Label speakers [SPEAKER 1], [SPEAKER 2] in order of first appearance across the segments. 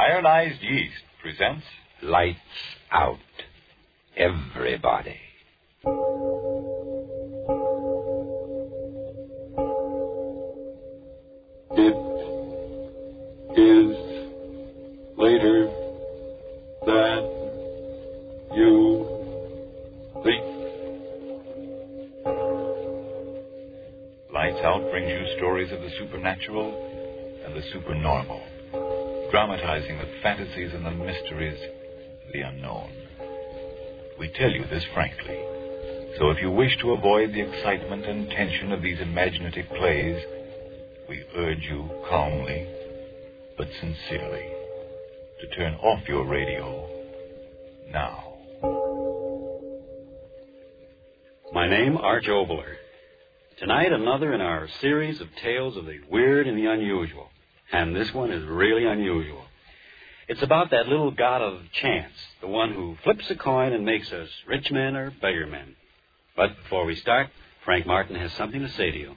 [SPEAKER 1] Ironized Yeast presents
[SPEAKER 2] Lights out. Everybody.
[SPEAKER 3] It is later than you think.
[SPEAKER 1] Lights Out brings you stories of the supernatural and the supernormal, dramatizing the fantasies and the mysteries, the unknown. We tell you this frankly. So if you wish to avoid the excitement and tension of these imaginative plays, we urge you calmly but sincerely to turn off your radio now.
[SPEAKER 4] My name, Arch Obler. Tonight, another in our series of tales of the weird and the unusual. And this one is really unusual. It's about that little god of chance, the one who flips a coin and makes us rich men or beggar men. But before we start, Frank Martin has something to say to you.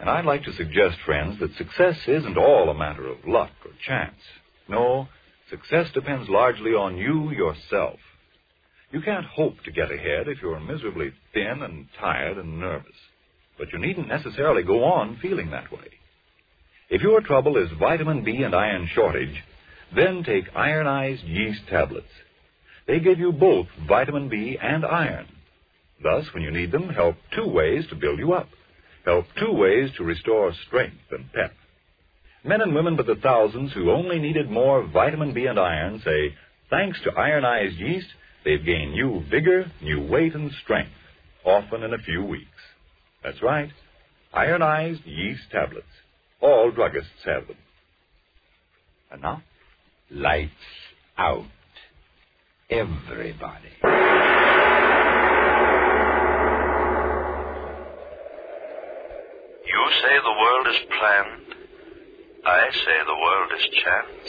[SPEAKER 1] And I'd like to suggest, friends, that success isn't all a matter of luck or chance. No, success depends largely on you yourself. You can't hope to get ahead if you're miserably thin and tired and nervous. But you needn't necessarily go on feeling that way. If your trouble is vitamin B and iron shortage, then take ironized yeast tablets. They give you both vitamin B and iron. Thus, when you need them, help two ways to build you up help two ways to restore strength and pep. Men and women but the thousands who only needed more vitamin B and iron say, thanks to ironized yeast, they've gained new vigor, new weight, and strength, often in a few weeks. That's right, ironized yeast tablets. All druggists have them. And now,
[SPEAKER 2] Lights out. Everybody.
[SPEAKER 5] You say the world is planned. I say the world is chance.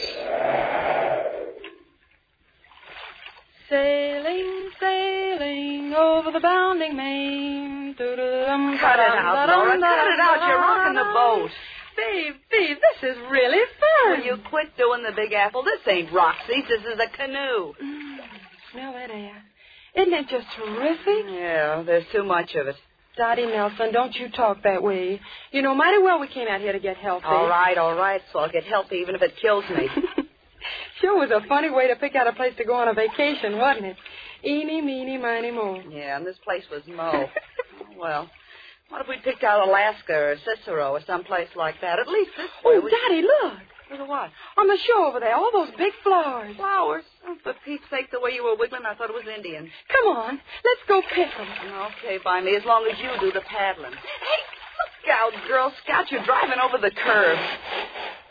[SPEAKER 6] Sailing, sailing over the bounding main. Cut
[SPEAKER 7] Cut it out, Laura. Cut it out. You're rocking the boat.
[SPEAKER 6] Babe, babe, this is really fun.
[SPEAKER 7] Will you quit doing the Big Apple? This ain't Roxy's. This is a canoe.
[SPEAKER 6] Mm, smell that air? Isn't it just terrific?
[SPEAKER 7] Yeah, there's too much of it.
[SPEAKER 6] Dottie Nelson, don't you talk that way. You know mighty well we came out here to get healthy.
[SPEAKER 7] All right, all right. So I'll get healthy even if it kills me.
[SPEAKER 6] sure was a funny way to pick out a place to go on a vacation, wasn't it? Eeny, meeny, miny, moe.
[SPEAKER 7] yeah, and this place was Mo. well, what if we picked out Alaska or Cicero or someplace like that? At least this way.
[SPEAKER 6] Oh,
[SPEAKER 7] we...
[SPEAKER 6] Dottie, look.
[SPEAKER 7] Little what?
[SPEAKER 6] On the shore over there, all those big flowers.
[SPEAKER 7] Flowers. Oh, for Pete's sake, the way you were wiggling, I thought it was Indian.
[SPEAKER 6] Come on, let's go pick 'em.
[SPEAKER 7] Okay, by me, as long as you do the paddling. Hey, look out, Girl Scout. You're driving over the curve.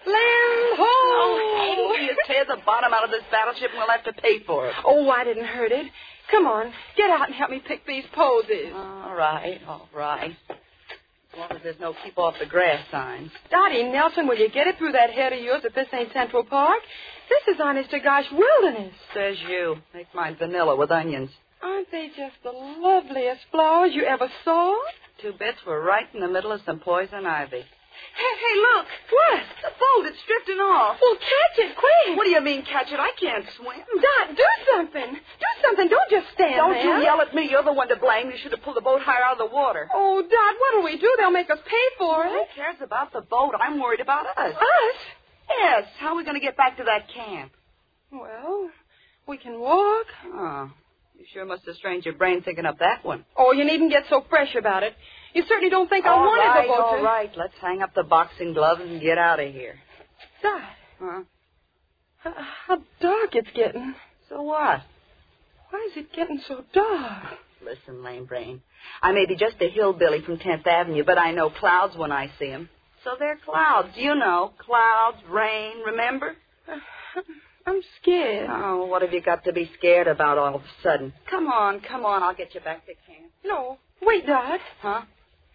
[SPEAKER 6] Land ho!
[SPEAKER 7] Oh, hey, you tear the bottom out of this battleship and we'll have to pay for it.
[SPEAKER 6] Oh, I didn't hurt it. Come on, get out and help me pick these posies.
[SPEAKER 7] All right, all right. As long as there's no keep off the grass signs.
[SPEAKER 6] Dottie Nelson, will you get it through that head of yours that this ain't Central Park? This is honest to gosh wilderness.
[SPEAKER 7] Says you. Make mine vanilla with onions.
[SPEAKER 6] Aren't they just the loveliest flowers you ever saw?
[SPEAKER 7] Two bits were right in the middle of some poison ivy.
[SPEAKER 6] Hey, hey, look. What?
[SPEAKER 7] The boat, it's drifting off.
[SPEAKER 6] Well, catch it, quick.
[SPEAKER 7] What do you mean, catch it? I can't swim.
[SPEAKER 6] Dot, do something. Do something. Don't just stand
[SPEAKER 7] Don't
[SPEAKER 6] there.
[SPEAKER 7] you yell at me. You're the one to blame. You should have pulled the boat higher out of the water.
[SPEAKER 6] Oh, Dot, what'll we do? They'll make us pay for
[SPEAKER 7] Who
[SPEAKER 6] it.
[SPEAKER 7] cares about the boat? I'm worried about us.
[SPEAKER 6] Us?
[SPEAKER 7] Oh, Yes, how are we going to get back to that camp?
[SPEAKER 6] Well, we can walk.
[SPEAKER 7] Oh, you sure must have strained your brain thinking up that one.
[SPEAKER 6] Oh, you needn't get so fresh about it. You certainly don't think I
[SPEAKER 7] All
[SPEAKER 6] wanted
[SPEAKER 7] right,
[SPEAKER 6] the boat
[SPEAKER 7] all
[SPEAKER 6] to.
[SPEAKER 7] right. Let's hang up the boxing gloves and get out of here.
[SPEAKER 6] Dot,
[SPEAKER 7] Huh?
[SPEAKER 6] h- how dark it's getting.
[SPEAKER 7] So what?
[SPEAKER 6] Why is it getting so dark?
[SPEAKER 7] Listen, lame brain. I may be just a hillbilly from 10th Avenue, but I know clouds when I see 'em. So they're clouds, you know. Clouds, rain, remember?
[SPEAKER 6] I'm scared.
[SPEAKER 7] Oh, what have you got to be scared about all of a sudden? Come on, come on. I'll get you back to camp.
[SPEAKER 6] No, wait, Dot.
[SPEAKER 7] Huh?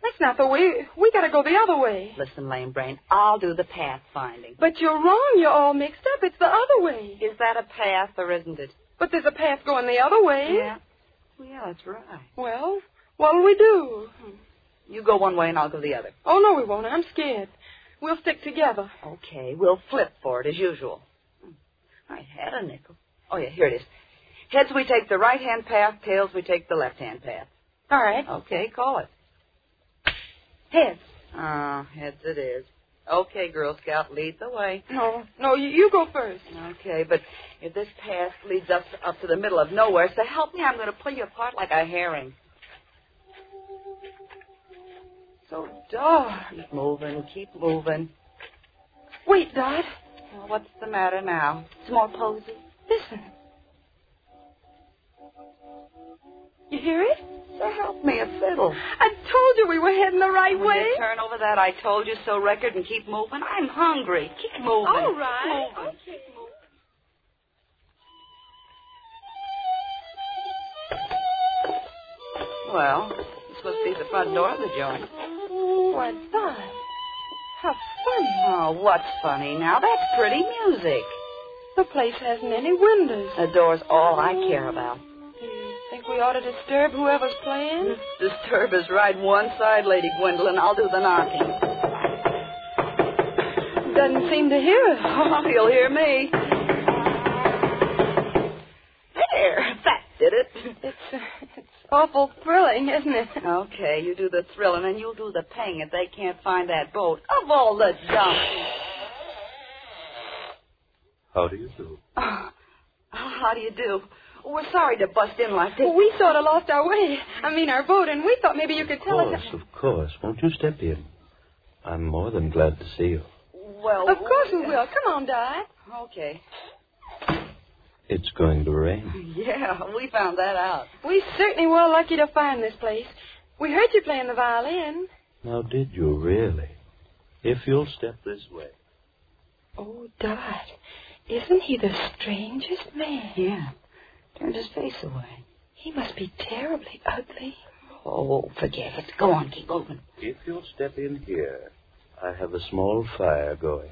[SPEAKER 6] That's not the way. We gotta go the other way.
[SPEAKER 7] Listen, lame brain. I'll do the pathfinding.
[SPEAKER 6] But you're wrong. You're all mixed up. It's the other way.
[SPEAKER 7] Is that a path or isn't it?
[SPEAKER 6] But there's a path going the other way.
[SPEAKER 7] Well, yeah, that's right.
[SPEAKER 6] Well, what'll we do?
[SPEAKER 7] You go one way and I'll go the other.
[SPEAKER 6] Oh no, we won't. I'm scared. We'll stick together.
[SPEAKER 7] Okay, we'll flip for it as usual. Hmm. a nickel. Oh, yeah, here it is. Heads, we take the right hand path. Tails, we take the left hand path.
[SPEAKER 6] All right.
[SPEAKER 7] Okay, call it.
[SPEAKER 6] Heads.
[SPEAKER 7] Oh, heads it is. Okay, Girl Scout, lead the way.
[SPEAKER 6] No, no, you, you go first.
[SPEAKER 7] Okay, but if this path leads up to, up to the middle of nowhere, so help me, I'm going to pull you apart like a herring. So, darn. Keep moving, keep moving.
[SPEAKER 6] Wait, Dot.
[SPEAKER 7] Well, what's the matter now? Some more posy?
[SPEAKER 6] Listen. You hear it?
[SPEAKER 7] So help me a fiddle.
[SPEAKER 6] I told you we were heading the right
[SPEAKER 7] Will
[SPEAKER 6] way.
[SPEAKER 7] you turn over that I told you so record and keep moving? I'm hungry. Keep moving.
[SPEAKER 6] All right.
[SPEAKER 7] Keep moving.
[SPEAKER 6] Okay.
[SPEAKER 7] Well, this must be the front door of the joint.
[SPEAKER 6] Why, Dot. How funny.
[SPEAKER 7] Oh, what's funny now? That's pretty music.
[SPEAKER 6] The place hasn't any windows.
[SPEAKER 7] The door's all I care about.
[SPEAKER 6] Do you think we ought to disturb whoever's playing?
[SPEAKER 7] Disturb is right one side, Lady Gwendolyn. I'll do the knocking.
[SPEAKER 6] Doesn't seem to hear us.
[SPEAKER 7] Oh, you'll hear me. There, that did it.
[SPEAKER 6] It's, uh, it's awful thrilling, isn't it?
[SPEAKER 7] Okay, you do the thrill, and then you'll do the ping if they can't find that boat. Of all the dumb.
[SPEAKER 1] How do you do?
[SPEAKER 7] Oh, how do you do? We're sorry to bust in like this.
[SPEAKER 6] Well, we sort of lost our way. I mean, our boat, and we thought maybe you could tell
[SPEAKER 8] Of course,
[SPEAKER 6] us.
[SPEAKER 8] of course. Won't you step in? I'm more than glad to see you.
[SPEAKER 7] Well,
[SPEAKER 6] Of course we will. Come on, Dot.
[SPEAKER 7] Okay.
[SPEAKER 8] It's going to rain.
[SPEAKER 7] Yeah, we found that out.
[SPEAKER 6] We certainly were lucky to find this place. We heard you playing the violin.
[SPEAKER 8] Now, did you really? If you'll step this way.
[SPEAKER 6] Oh, Dot, isn't he the strangest man?
[SPEAKER 7] Yeah. Turned his face away.
[SPEAKER 6] He must be terribly ugly.
[SPEAKER 7] Oh, forget it. Go on, keep moving.
[SPEAKER 8] If you'll step in here, I have a small fire going.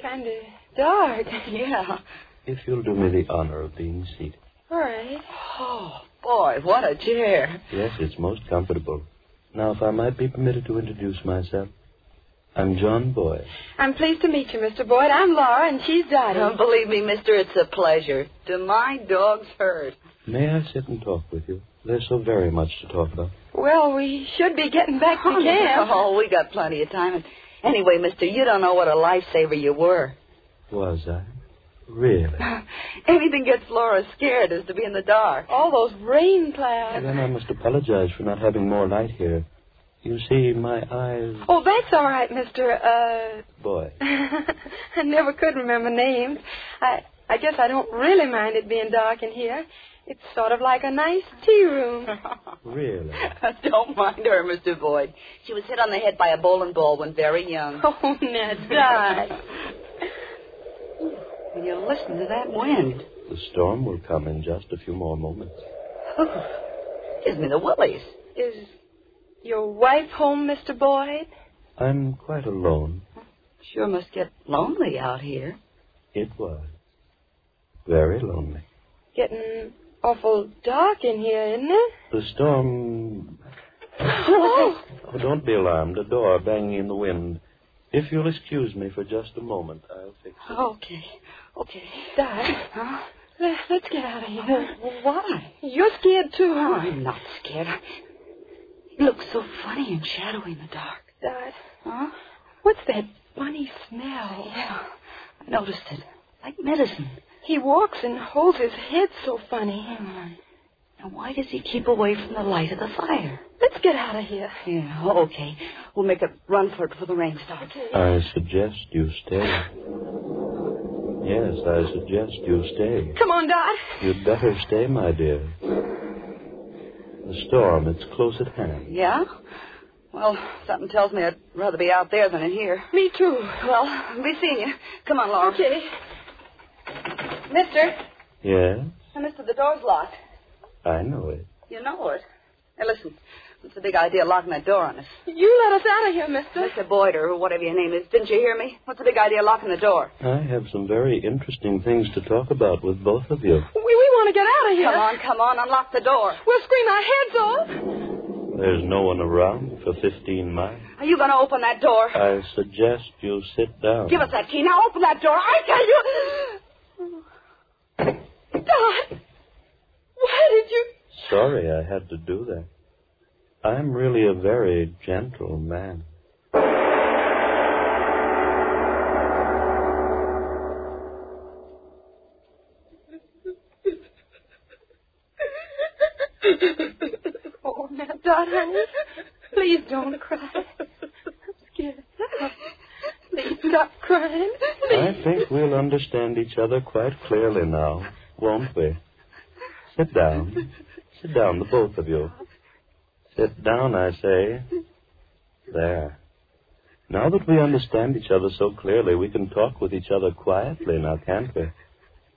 [SPEAKER 6] Kind of dark.
[SPEAKER 7] Yeah.
[SPEAKER 8] If you'll do me the honor of being seated.
[SPEAKER 6] All right.
[SPEAKER 7] Oh, boy, what a chair.
[SPEAKER 8] Yes, it's most comfortable. Now, if I might be permitted to introduce myself, I'm John Boyd.
[SPEAKER 6] I'm pleased to meet you, Mr. Boyd. I'm Laura, and she's Dottie.
[SPEAKER 7] Don't believe me, mister, it's a pleasure. Do my dogs hurt?
[SPEAKER 8] May I sit and talk with you? There's so very much to talk about.
[SPEAKER 6] well, we should be getting back to camp.
[SPEAKER 7] Oh, we got plenty of time. And anyway, mister, you don't know what a lifesaver you were.
[SPEAKER 8] Was I? Really?
[SPEAKER 7] Anything gets Laura scared is to be in the dark.
[SPEAKER 6] All those rain clouds.
[SPEAKER 8] Then I must apologize for not having more light here. You see, my eyes.
[SPEAKER 6] Oh, that's all right, Mister. Uh,
[SPEAKER 8] Boy,
[SPEAKER 6] I never could remember names. I I guess I don't really mind it being dark in here. It's sort of like a nice tea room.
[SPEAKER 8] really?
[SPEAKER 7] Don't mind her, Mr. Boyd. She was hit on the head by a bowling ball when very young.
[SPEAKER 6] Oh, now, Dot.
[SPEAKER 7] And you listen to that wind.
[SPEAKER 8] The storm will come in just a few more moments.
[SPEAKER 7] Gives me the willies.
[SPEAKER 6] Is your wife home, Mr. Boyd?
[SPEAKER 8] I'm quite alone.
[SPEAKER 7] Sure must get lonely out here.
[SPEAKER 8] It was. Very lonely.
[SPEAKER 6] Getting awful dark in here, isn't it?
[SPEAKER 8] The storm.
[SPEAKER 6] Oh,
[SPEAKER 8] Oh, don't be alarmed. A door banging in the wind. If you'll excuse me for just a moment, I'll fix it.
[SPEAKER 7] Okay. Okay.
[SPEAKER 6] Dot,
[SPEAKER 7] Huh?
[SPEAKER 6] let, let's get out of here.
[SPEAKER 7] Well, why?
[SPEAKER 6] You're scared too,
[SPEAKER 7] Oh,
[SPEAKER 6] huh?
[SPEAKER 7] I'm not scared. I... It looks so funny and shadowy in the dark.
[SPEAKER 6] Dot,
[SPEAKER 7] Huh?
[SPEAKER 6] what's that funny smell?
[SPEAKER 7] Yeah. I noticed it. Like medicine.
[SPEAKER 6] He walks and holds his head so funny.
[SPEAKER 7] Now, why does he keep away from the light of the fire?
[SPEAKER 6] Let's get out of here.
[SPEAKER 7] Yeah, oh, okay. We'll make a run for it before the rain starts.
[SPEAKER 8] I suggest you stay. Yes, I suggest you stay.
[SPEAKER 6] Come on, Dot.
[SPEAKER 8] You'd better stay, my dear. The storm, it's close at hand.
[SPEAKER 7] Yeah? Well, something tells me I'd rather be out there than in here.
[SPEAKER 6] Me too.
[SPEAKER 7] Well, be seeing you. Come on, Laura.
[SPEAKER 6] Okay. Mister,
[SPEAKER 8] Yes,
[SPEAKER 7] Mister, the door's locked.
[SPEAKER 8] I know it.
[SPEAKER 7] You know it. Hey, listen. What's the big idea of locking that door on us?
[SPEAKER 6] you let us out of here, mister.
[SPEAKER 7] Mr. Boyd, or whatever your name is, didn't you hear me? What's the big idea of locking the door?
[SPEAKER 8] I have some very interesting things to talk about with both of you.
[SPEAKER 6] We, we want to get out of here.
[SPEAKER 7] Come on, come on, unlock the door.
[SPEAKER 6] We'll scream our heads off.
[SPEAKER 8] There's no one around for 15 miles.
[SPEAKER 7] Are you going to open that door?
[SPEAKER 8] I suggest you sit down.
[SPEAKER 7] Give us that key. Now open that door. I tell you.
[SPEAKER 8] sorry I had to do that. I'm really a very gentle man.
[SPEAKER 6] Oh, now, Dot, honey, please don't cry. I'm scared. Please stop crying.
[SPEAKER 8] I think we'll understand each other quite clearly now, won't we? Sit down. Sit down, the both of you. Sit down, I say. There. Now that we understand each other so clearly, we can talk with each other quietly now, can't we?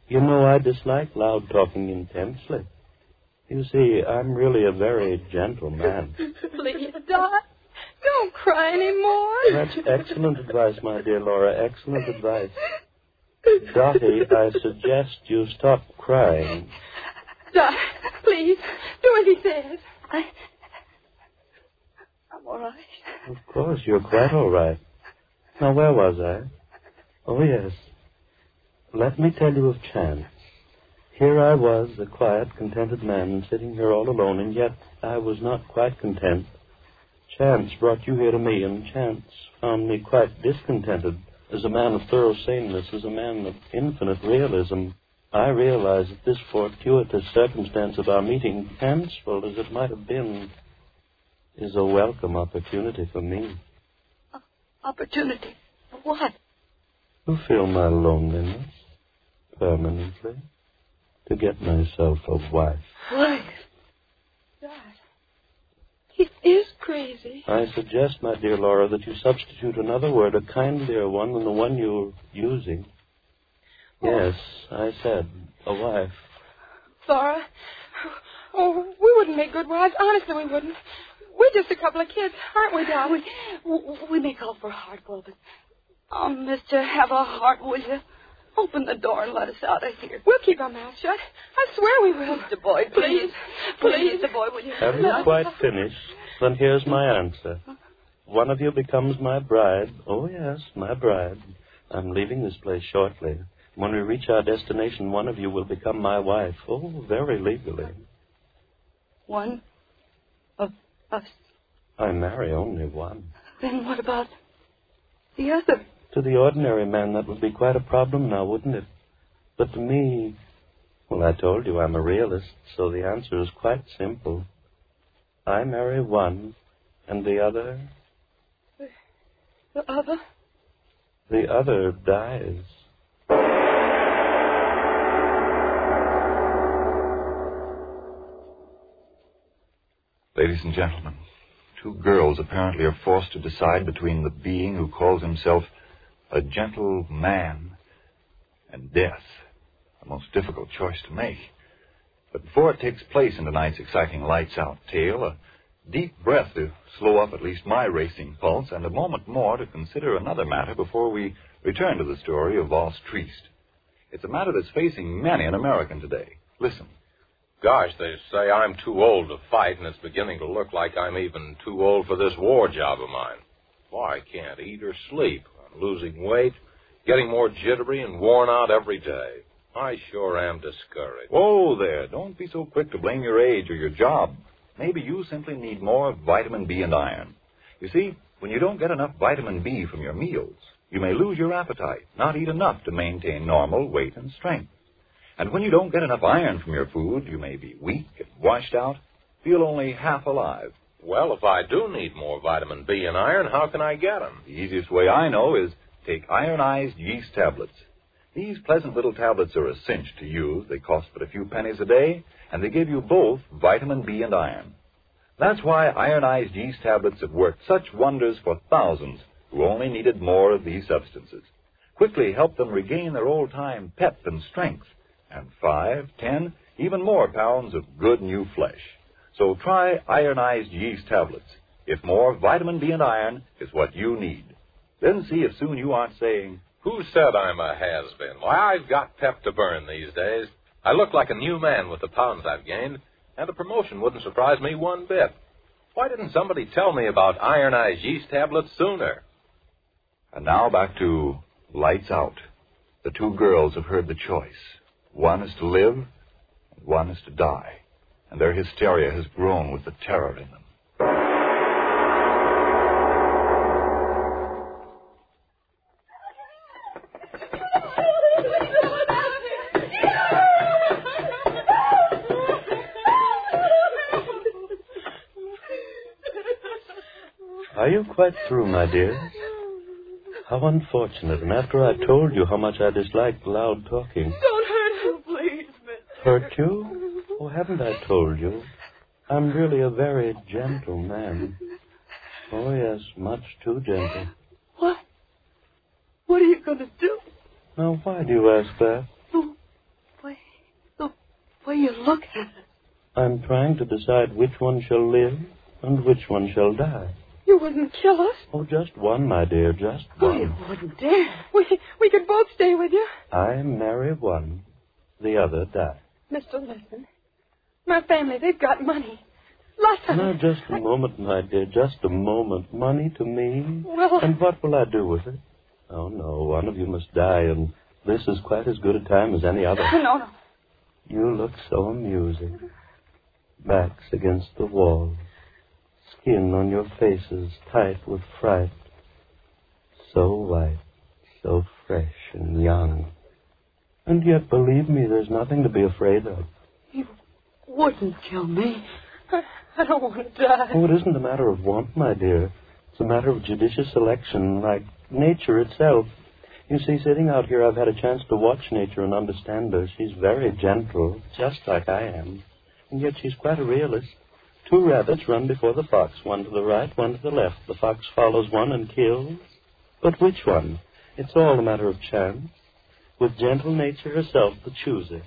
[SPEAKER 8] You know, I dislike loud talking intensely. You see, I'm really a very gentle man.
[SPEAKER 6] Please, Dot, don't cry anymore.
[SPEAKER 8] That's excellent advice, my dear Laura. Excellent advice. Dottie, I suggest you stop crying.
[SPEAKER 6] Dot, please, do as he says. I, I'm all right.
[SPEAKER 8] Of course, you're quite all right. Now, where was I? Oh, yes. Let me tell you of chance. Here I was, a quiet, contented man, sitting here all alone, and yet I was not quite content. Chance brought you here to me, and chance found me quite discontented. As a man of thorough saneness, as a man of infinite realism, I realized that this fortuitous circumstance of our meeting, fanciful as it might have been, is a welcome opportunity for me.
[SPEAKER 6] Opportunity. For what?
[SPEAKER 8] To fill my loneliness permanently, to get myself a wife.
[SPEAKER 6] Why? Dot. He is crazy.
[SPEAKER 8] I suggest, my dear Laura, that you substitute another word, a kindlier one than the one you're using. Yes, I said a wife.
[SPEAKER 6] Laura. Oh, we wouldn't make good wives. Honestly, we wouldn't. We're just a couple of kids, aren't we, Dot?
[SPEAKER 7] We, w- we may call for hard but Oh, mister, have a heart, will you? Open the door and let us out of here.
[SPEAKER 6] We'll keep our mouths shut. I swear we will.
[SPEAKER 7] Mr. Boyd, please.
[SPEAKER 6] Please.
[SPEAKER 7] Please, Mr. Boyd, will you?
[SPEAKER 8] Haven't quite finished? Then here's my answer. One of you becomes my bride. Oh, yes, my bride. I'm leaving this place shortly. When we reach our destination, one of you will become my wife. Oh, very legally.
[SPEAKER 7] One of us.
[SPEAKER 8] I marry only one.
[SPEAKER 7] Then what about the other?
[SPEAKER 8] To the ordinary man, that would be quite a problem now, wouldn't it? But to me, well, I told you I'm a realist, so the answer is quite simple. I marry one, and the other,
[SPEAKER 6] The other?
[SPEAKER 8] the other dies.
[SPEAKER 1] Ladies and gentlemen, two girls apparently are forced to decide between the being who calls himself a gentle man and death. A most difficult choice to make. But before it takes place in tonight's exciting lights out tale, a deep breath to slow up at least my racing pulse, and a moment more to consider another matter before we return to the story of Voss Triest. It's a matter that's facing many an American today. Listen.
[SPEAKER 9] Gosh, they say I'm too old to fight, and it's beginning to look like I'm even too old for this war job of mine. Why, I can't eat or sleep. I'm losing weight, getting more jittery, and worn out every day. I sure am discouraged.
[SPEAKER 1] Whoa there, don't be so quick to blame your age or your job. Maybe you simply need more vitamin B and iron. You see, when you don't get enough vitamin B from your meals, you may lose your appetite, not eat enough to maintain normal weight and strength. And when you don't get enough iron from your food, you may be weak and washed out, feel only half alive.
[SPEAKER 9] Well, if I do need more vitamin B and iron, how can I get 'em?
[SPEAKER 1] The easiest way I know is take ironized yeast tablets. These pleasant little tablets are a cinch to use. They cost but a few pennies a day, and they give you both vitamin B and iron. That's why ironized yeast tablets have worked such wonders for thousands who only needed more of these substances. Quickly help them regain their old time pep and strength, and five, ten, even more pounds of good new flesh. So try ironized yeast tablets. If more vitamin B and iron is what you need, then see if soon you aren't saying,
[SPEAKER 9] Who said I'm a has been? Why, I've got pep to burn these days. I look like a new man with the pounds I've gained, and the promotion wouldn't surprise me one bit. Why didn't somebody tell me about ironized yeast tablets sooner?
[SPEAKER 1] And now back to Lights Out. The two girls have heard the choice. One is to live, and one is to die. and their hysteria has grown with the terror in them.
[SPEAKER 8] Are you quite through, my dear? How unfortunate. And after I told you how much I disliked loud talking.
[SPEAKER 10] Don't hurt him, please, Miss.
[SPEAKER 8] Hurt you? Oh, haven't I told you? I'm really a very gentle man. Oh, yes, much too gentle.
[SPEAKER 10] What? What are you going to do?
[SPEAKER 8] Now, why do you ask that?
[SPEAKER 10] The way, the way you look at it.
[SPEAKER 8] I'm trying to decide which one shall live and which one shall die.
[SPEAKER 10] You wouldn't kill us.
[SPEAKER 8] Oh, just one, my dear, just
[SPEAKER 6] Hmm.
[SPEAKER 10] Oh, you
[SPEAKER 8] one.
[SPEAKER 10] wouldn't dare. We, we could both stay with you.
[SPEAKER 8] I marry one, the other die.
[SPEAKER 6] Mr. Listen, my family, they've got money. Lots of
[SPEAKER 8] Now,
[SPEAKER 6] it.
[SPEAKER 8] just a moment, my dear, just a moment. Money to me?
[SPEAKER 6] Well-
[SPEAKER 8] And what will I do with it? Oh, no, one of you must die, and this is quite as good a time as any other.
[SPEAKER 7] No, no.
[SPEAKER 8] You look so amusing. Backs against the wall, skin on your faces tight with fright. So white, so fresh and young. And yet, believe me, there's nothing to be afraid of.
[SPEAKER 10] Wouldn't kill me.
[SPEAKER 6] I, I don't want to die.
[SPEAKER 8] Oh, it isn't a matter of want, my dear. It's a matter of judicious selection, like nature itself. You see, sitting out here, I've had a chance to watch nature and understand her. She's very gentle, just like I am. And yet she's quite a realist. Two rabbits run before the fox, one to the right, one to the left. The fox follows one and kills. But which one? It's all a matter of chance. With gentle nature herself, the chooser.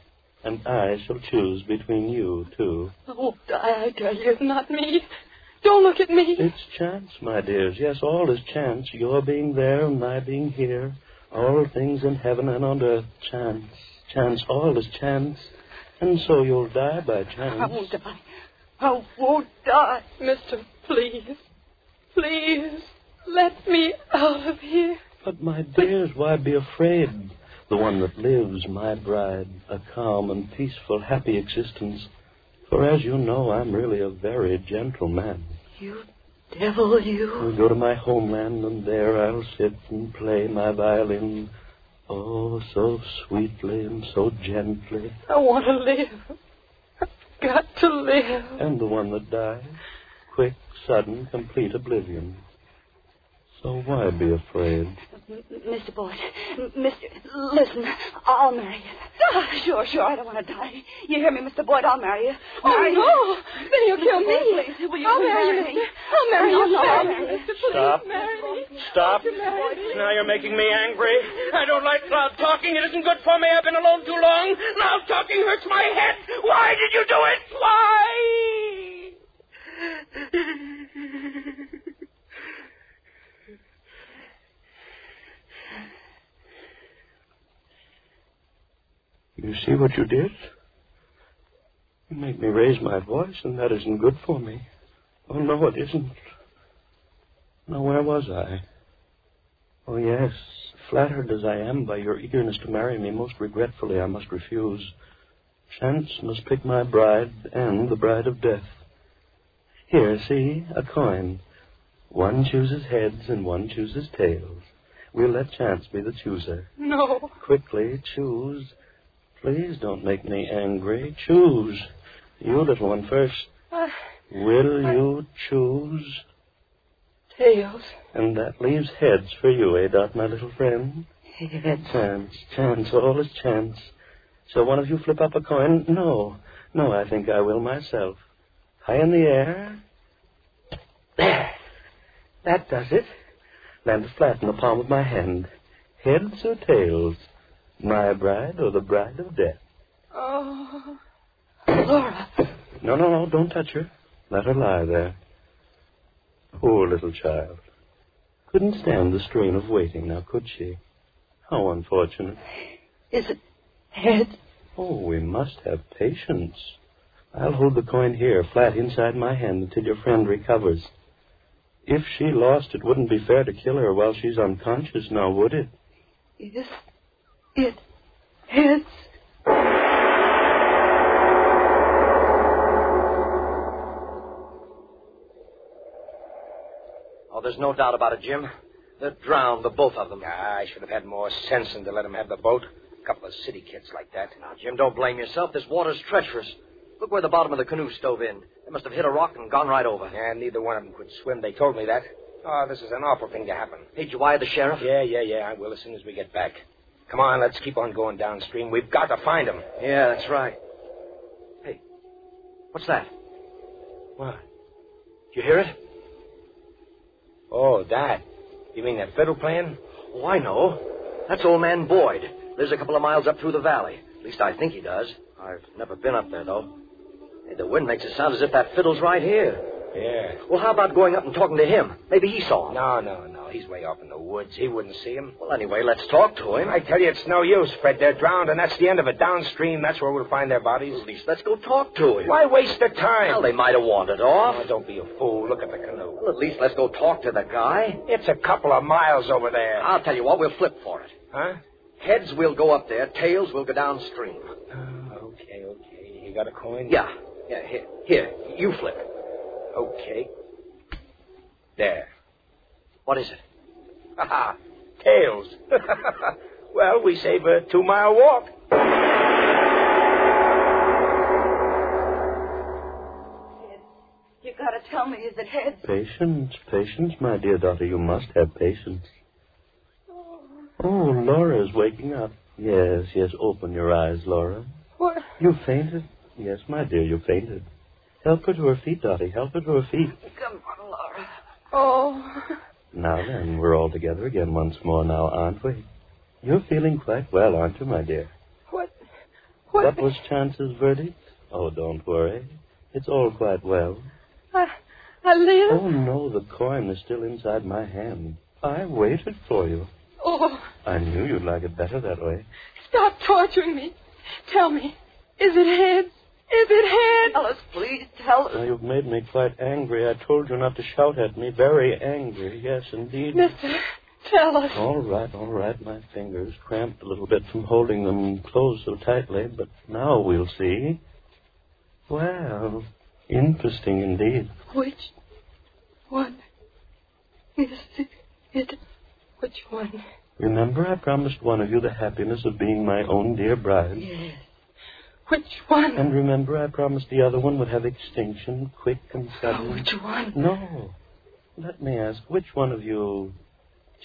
[SPEAKER 8] And I shall choose between you two.
[SPEAKER 6] I won't die, I tell you. Oh, Not me. Don't look at me.
[SPEAKER 8] It's chance, my dears. Yes, all is chance. Your being there and my being here. All things in heaven and on earth, chance. Chance, all is chance. And so you'll die by
[SPEAKER 10] I
[SPEAKER 8] chance.
[SPEAKER 10] won't die. I won't die.
[SPEAKER 6] Mister, please. Please. Let me out of here.
[SPEAKER 8] But, my dears, why be afraid? The one that lives, my bride, a calm and peaceful, happy existence. For as you know, I'm really a very gentle man.
[SPEAKER 10] You devil, you.
[SPEAKER 8] I'll go to my homeland, and there I'll sit and play my violin. Oh, so sweetly and so gently.
[SPEAKER 6] I want to live. I've got to live.
[SPEAKER 8] And the one that dies. Quick, sudden, complete oblivion. So why be afraid?
[SPEAKER 7] M- Mr. Boyd, M- Mr. Listen, I'll marry you. Sure, sure, I don't want to die. You hear me, Mr. Boyd? I'll marry you. Marry you.
[SPEAKER 6] Oh, no. Then you'll kill me.
[SPEAKER 7] Please, will you
[SPEAKER 6] I'll marry you,
[SPEAKER 7] marry me?
[SPEAKER 6] mister. I'll marry you.
[SPEAKER 7] No, no,
[SPEAKER 6] I'll
[SPEAKER 7] I'll
[SPEAKER 6] marry you,
[SPEAKER 7] marry you.
[SPEAKER 6] mister. Please
[SPEAKER 11] Stop.
[SPEAKER 6] marry me.
[SPEAKER 11] Stop.
[SPEAKER 6] Won't you marry me?
[SPEAKER 11] Now you're making me angry. I don't like loud talking. It isn't good for me. I've been alone too long. Loud talking hurts my head. Why did you do it? Why?
[SPEAKER 8] You see what you did? You make me raise my voice, and that isn't good for me. Oh, no, it isn't. Now, where was I? Oh, yes. Flattered as I am by your eagerness to marry me, most regretfully I must refuse. Chance must pick my bride and the bride of death. Here, see, a coin. One chooses heads and one chooses tails. We'll let chance be the chooser.
[SPEAKER 6] No.
[SPEAKER 8] Quickly, choose. Please don't make me angry. Choose. You little one first.
[SPEAKER 6] Uh,
[SPEAKER 8] Will you choose?
[SPEAKER 6] tails.
[SPEAKER 8] And that leaves heads for you, eh, Dot, my little friend?
[SPEAKER 7] Heads.
[SPEAKER 8] Chance, chance, all is chance. So one of you flip up a coin? No, no, I think I will myself. High in the air. There. That does it. Landed flat in the palm of my hand. Heads or tails? My bride or the bride of death?
[SPEAKER 6] Oh. Laura.
[SPEAKER 8] No, no, no, don't touch her. Let her lie there. Poor little child. Couldn't stand the strain of waiting, now could she? How unfortunate.
[SPEAKER 10] Is it heads?
[SPEAKER 8] Oh, we must have patience. I'll hold the coin here, flat inside my hand, until your friend recovers. If she lost, it wouldn't be fair to kill her while she's unconscious now, would it?
[SPEAKER 10] Is it heads?
[SPEAKER 12] Oh, no doubt about it, Jim. They're drowned, the both of them.
[SPEAKER 13] I should have had more sense than to let him have the boat. A couple of city kids like that.
[SPEAKER 12] Now, Jim, don't blame yourself. This water's treacherous. Look where the bottom of the canoe stove in. They must have hit a rock and gone right over.
[SPEAKER 13] Yeah, neither one of them could swim. They told me that. Oh, this is an awful thing to happen.
[SPEAKER 12] Hey, did you wire the sheriff?
[SPEAKER 13] Yeah, yeah, yeah. I will as soon as we get back. Come on, let's keep on going downstream. We've got to find them.
[SPEAKER 12] Yeah, that's right. Hey, what's that?
[SPEAKER 13] What?
[SPEAKER 12] Did you hear it?
[SPEAKER 13] Oh, that. You mean that fiddle playing?
[SPEAKER 12] Oh, I know. That's old man Boyd. Lives a couple of miles up through the valley. At least I think he does. I've never been up there, though. Hey, the wind makes it sound as if that fiddle's right here.
[SPEAKER 13] Yeah.
[SPEAKER 12] Well, how about going up and talking to him? Maybe he saw him.
[SPEAKER 13] No, no, no. He's way off in the woods. He wouldn't see him.
[SPEAKER 12] Well, anyway, let's talk to him.
[SPEAKER 13] I tell you, it's no use, Fred. They're drowned, and that's the end of it. Downstream, that's where we'll find their bodies.
[SPEAKER 12] At least let's go talk to him.
[SPEAKER 13] Why waste the time?
[SPEAKER 12] Well, they might have wandered off.
[SPEAKER 13] Oh, don't be a fool. Look at the canoe.
[SPEAKER 12] Well, at least let's go talk to the guy.
[SPEAKER 13] It's a couple of miles over there.
[SPEAKER 14] Uh,
[SPEAKER 12] I'll tell you what, we'll flip for it.
[SPEAKER 13] Huh?
[SPEAKER 12] Heads, we'll go up there. Tails, we'll go downstream.
[SPEAKER 13] Oh, okay, okay. You got a coin?
[SPEAKER 12] Yeah. Yeah, here. Here, you flip.
[SPEAKER 13] Okay. There.
[SPEAKER 12] What is it?
[SPEAKER 13] Aha! Tails. well, we save a two mile walk.
[SPEAKER 10] Ed, you gotta tell me, is it heads?
[SPEAKER 8] Patience, patience, my dear daughter. You must have patience. Oh, oh Laura's waking up. Yes, yes, open your eyes, Laura.
[SPEAKER 10] What?
[SPEAKER 8] You fainted? Yes, my dear, you fainted. Help her to her feet, Dottie. Help her to her feet.
[SPEAKER 10] Come on, Laura. Oh.
[SPEAKER 8] Now then, we're all together again once more now, aren't we? You're feeling quite well, aren't you, my dear?
[SPEAKER 10] What? What?
[SPEAKER 8] What was Chance's verdict? Oh, don't worry. It's all quite well.
[SPEAKER 10] I, I live.
[SPEAKER 8] Oh, no, the coin is still inside my hand. I waited for you.
[SPEAKER 10] Oh.
[SPEAKER 8] I knew you'd like it better that way.
[SPEAKER 10] Stop torturing me. Tell me, is it heads? Is it head?
[SPEAKER 7] Tell us, please, tell us.
[SPEAKER 8] Well, you've made me quite angry. I told you not to shout at me. Very angry, yes, indeed.
[SPEAKER 10] Mister, tell us.
[SPEAKER 8] All right, all right. My fingers cramped a little bit from holding them closed so tightly, but now we'll see. Well, interesting indeed.
[SPEAKER 10] Which one is it? Which one?
[SPEAKER 8] Remember, I promised one of you the happiness of being my own dear bride.
[SPEAKER 10] Yes. Which one?
[SPEAKER 8] And remember, I promised the other one would have extinction, quick and sudden.
[SPEAKER 10] Oh, Which one?
[SPEAKER 8] No. Let me ask, which one of you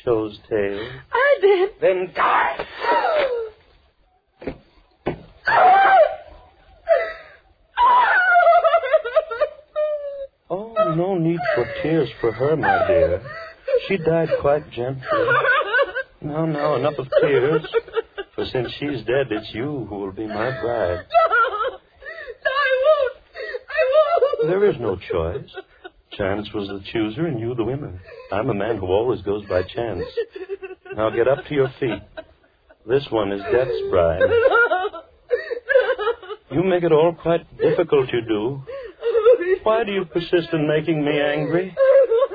[SPEAKER 8] chose tail?
[SPEAKER 10] I did.
[SPEAKER 13] Then die.
[SPEAKER 8] oh, no need for tears for her, my dear. She died quite gently. No, no, enough of tears. For since she's dead, it's you who will be my bride.
[SPEAKER 10] No! No, I won't! I won't!
[SPEAKER 8] There is no choice. Chance was the chooser and you the winner. I'm a man who always goes by chance. Now get up to your feet. This one is Death's bride.
[SPEAKER 10] No!
[SPEAKER 8] You make it all quite difficult, you do. Why do you persist in making me angry?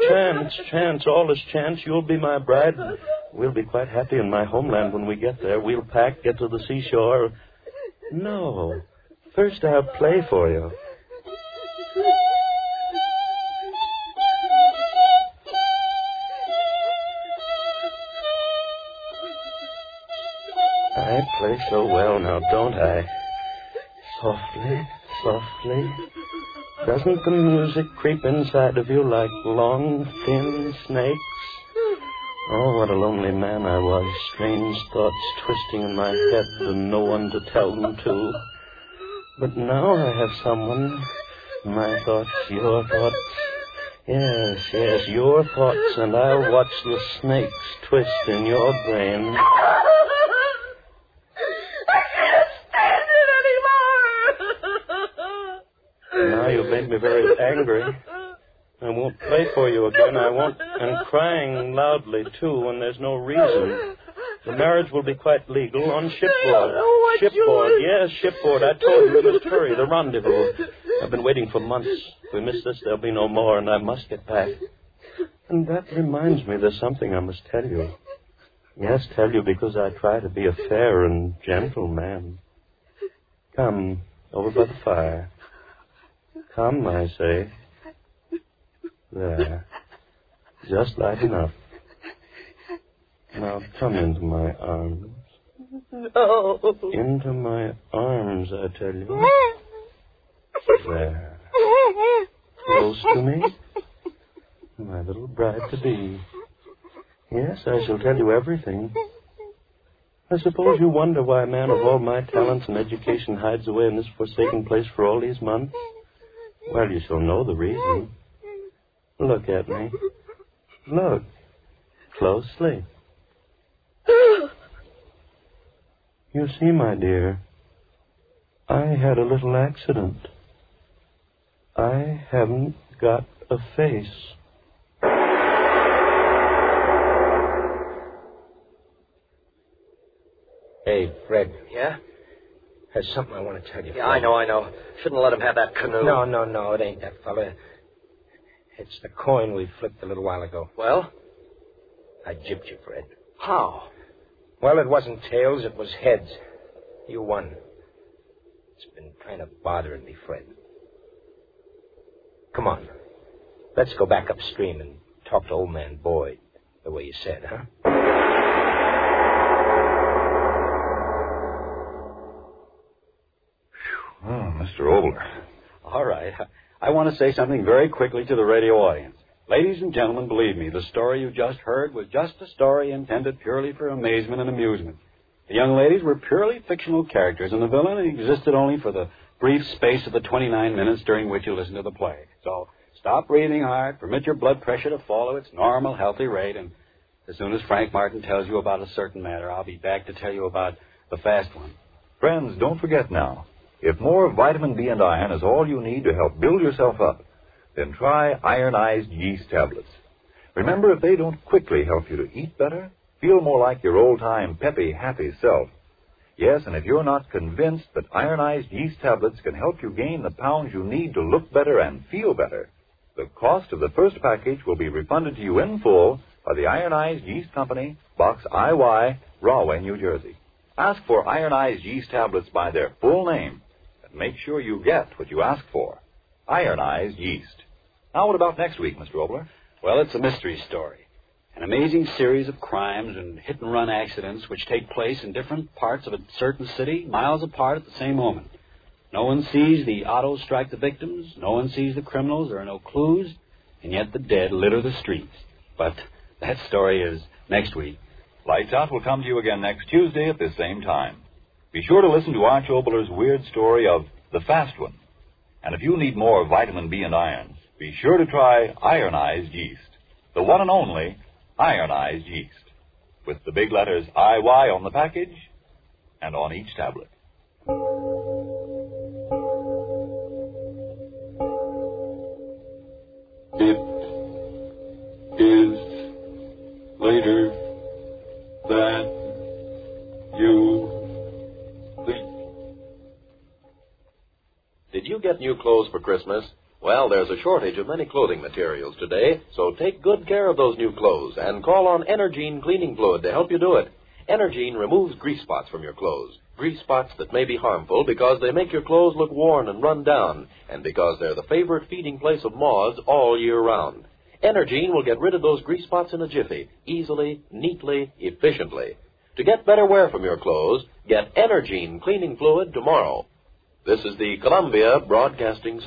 [SPEAKER 8] Chance, chance, all is chance. You'll be my bride. We'll be quite happy in my homeland when we get there. We'll pack, get to the seashore. No. First, I'll play for you. I play so well now, don't I? Softly, softly. Doesn't the music creep inside of you like long, thin snakes? Oh, what a lonely man I was. Strange thoughts twisting in my head and no one to tell them to. But now I have someone. My thoughts, your thoughts. Yes, yes, your thoughts, and I'll watch the snakes twist in your brain.
[SPEAKER 10] I can't stand it anymore!
[SPEAKER 8] Now you've made me very angry. I won't play for you again. I won't. And crying loudly, too, when there's no reason. The marriage will be quite legal on shipboard. shipboard, yes, shipboard. I told you we must hurry. The rendezvous. I've been waiting for months. If we miss this, there'll be no more, and I must get back. And that reminds me, there's something I must tell you. Yes, tell you because I try to be a fair and gentle man. Come over by the fire. Come, I say. There. just light enough. Now come into my arms.
[SPEAKER 10] No.
[SPEAKER 8] Into my arms, I tell you. There. Close to me. My little bride to be. Yes, I shall tell you everything. I suppose you wonder why a man of all my talents and education hides away in this forsaken place for all these months. Well, you shall know the reason. Look at me. Look. Closely. You see, my dear, I had a little accident. I haven't got a face.
[SPEAKER 14] Hey, Fred.
[SPEAKER 12] Yeah?
[SPEAKER 14] There's something I want to tell you.
[SPEAKER 12] Yeah, I know, I know. Shouldn't have let him have that canoe.
[SPEAKER 14] No, no, no. It ain't that fella. It's the coin we flipped a little while ago.
[SPEAKER 12] Well?
[SPEAKER 14] I gypped you, Fred.
[SPEAKER 12] How?
[SPEAKER 14] Well, it wasn't tails, it was heads. You won. It's been kind of bothering me, Fred. Come on. Let's go back upstream and talk to old man Boyd, the way you said, huh?
[SPEAKER 1] Oh, Mr. Obler.
[SPEAKER 4] All right. I want to say something very quickly to the radio audience. Ladies and gentlemen, believe me, the story you just heard was just a story intended purely for amazement and amusement. The young ladies were purely fictional characters, and the villain existed only for the brief space of the 29 minutes during which you listened to the play. So stop breathing hard, permit your blood pressure to follow its normal, healthy rate, and as soon as Frank Martin tells you about a certain matter, I'll be back to tell you about the fast one.
[SPEAKER 1] Friends, don't forget now. If more vitamin B and iron is all you need to help build yourself up, then try ironized yeast tablets. Remember, if they don't quickly help you to eat better, feel more like your old time peppy, happy self. Yes, and if you're not convinced that ironized yeast tablets can help you gain the pounds you need to look better and feel better, the cost of the first package will be refunded to you in full by the Ironized Yeast Company, Box IY, Rahway, New Jersey. Ask for ironized yeast tablets by their full name and make sure you get what you ask for ironized yeast. Now, what about next week, Mr. Obler?
[SPEAKER 4] Well, it's a mystery story. An amazing series of crimes and hit and run accidents which take place in different parts of a certain city, miles apart at the same moment. No one sees the autos strike the victims, no one sees the criminals, there are no clues, and yet the dead litter the streets. But that story is next week.
[SPEAKER 1] Lights Out will come to you again next Tuesday at this same time. Be sure to listen to Arch Obler's weird story of The Fast One. And if you need more vitamin B and iron, be sure to try ironized yeast. The one and only ironized yeast. With the big letters IY on the package and on each tablet.
[SPEAKER 3] It is later that you
[SPEAKER 9] Did you get new clothes for Christmas? Well, there's a shortage of many clothing materials today, so take good care of those new clothes and call on Energine cleaning fluid to help you do it. Energine removes grease spots from your clothes. Grease spots that may be harmful because they make your clothes look worn and run down, and because they're the favorite feeding place of moths all year round. Energine will get rid of those grease spots in a jiffy, easily, neatly, efficiently. To get better wear from your clothes, get Energine cleaning fluid tomorrow. This is the Columbia Broadcasting System.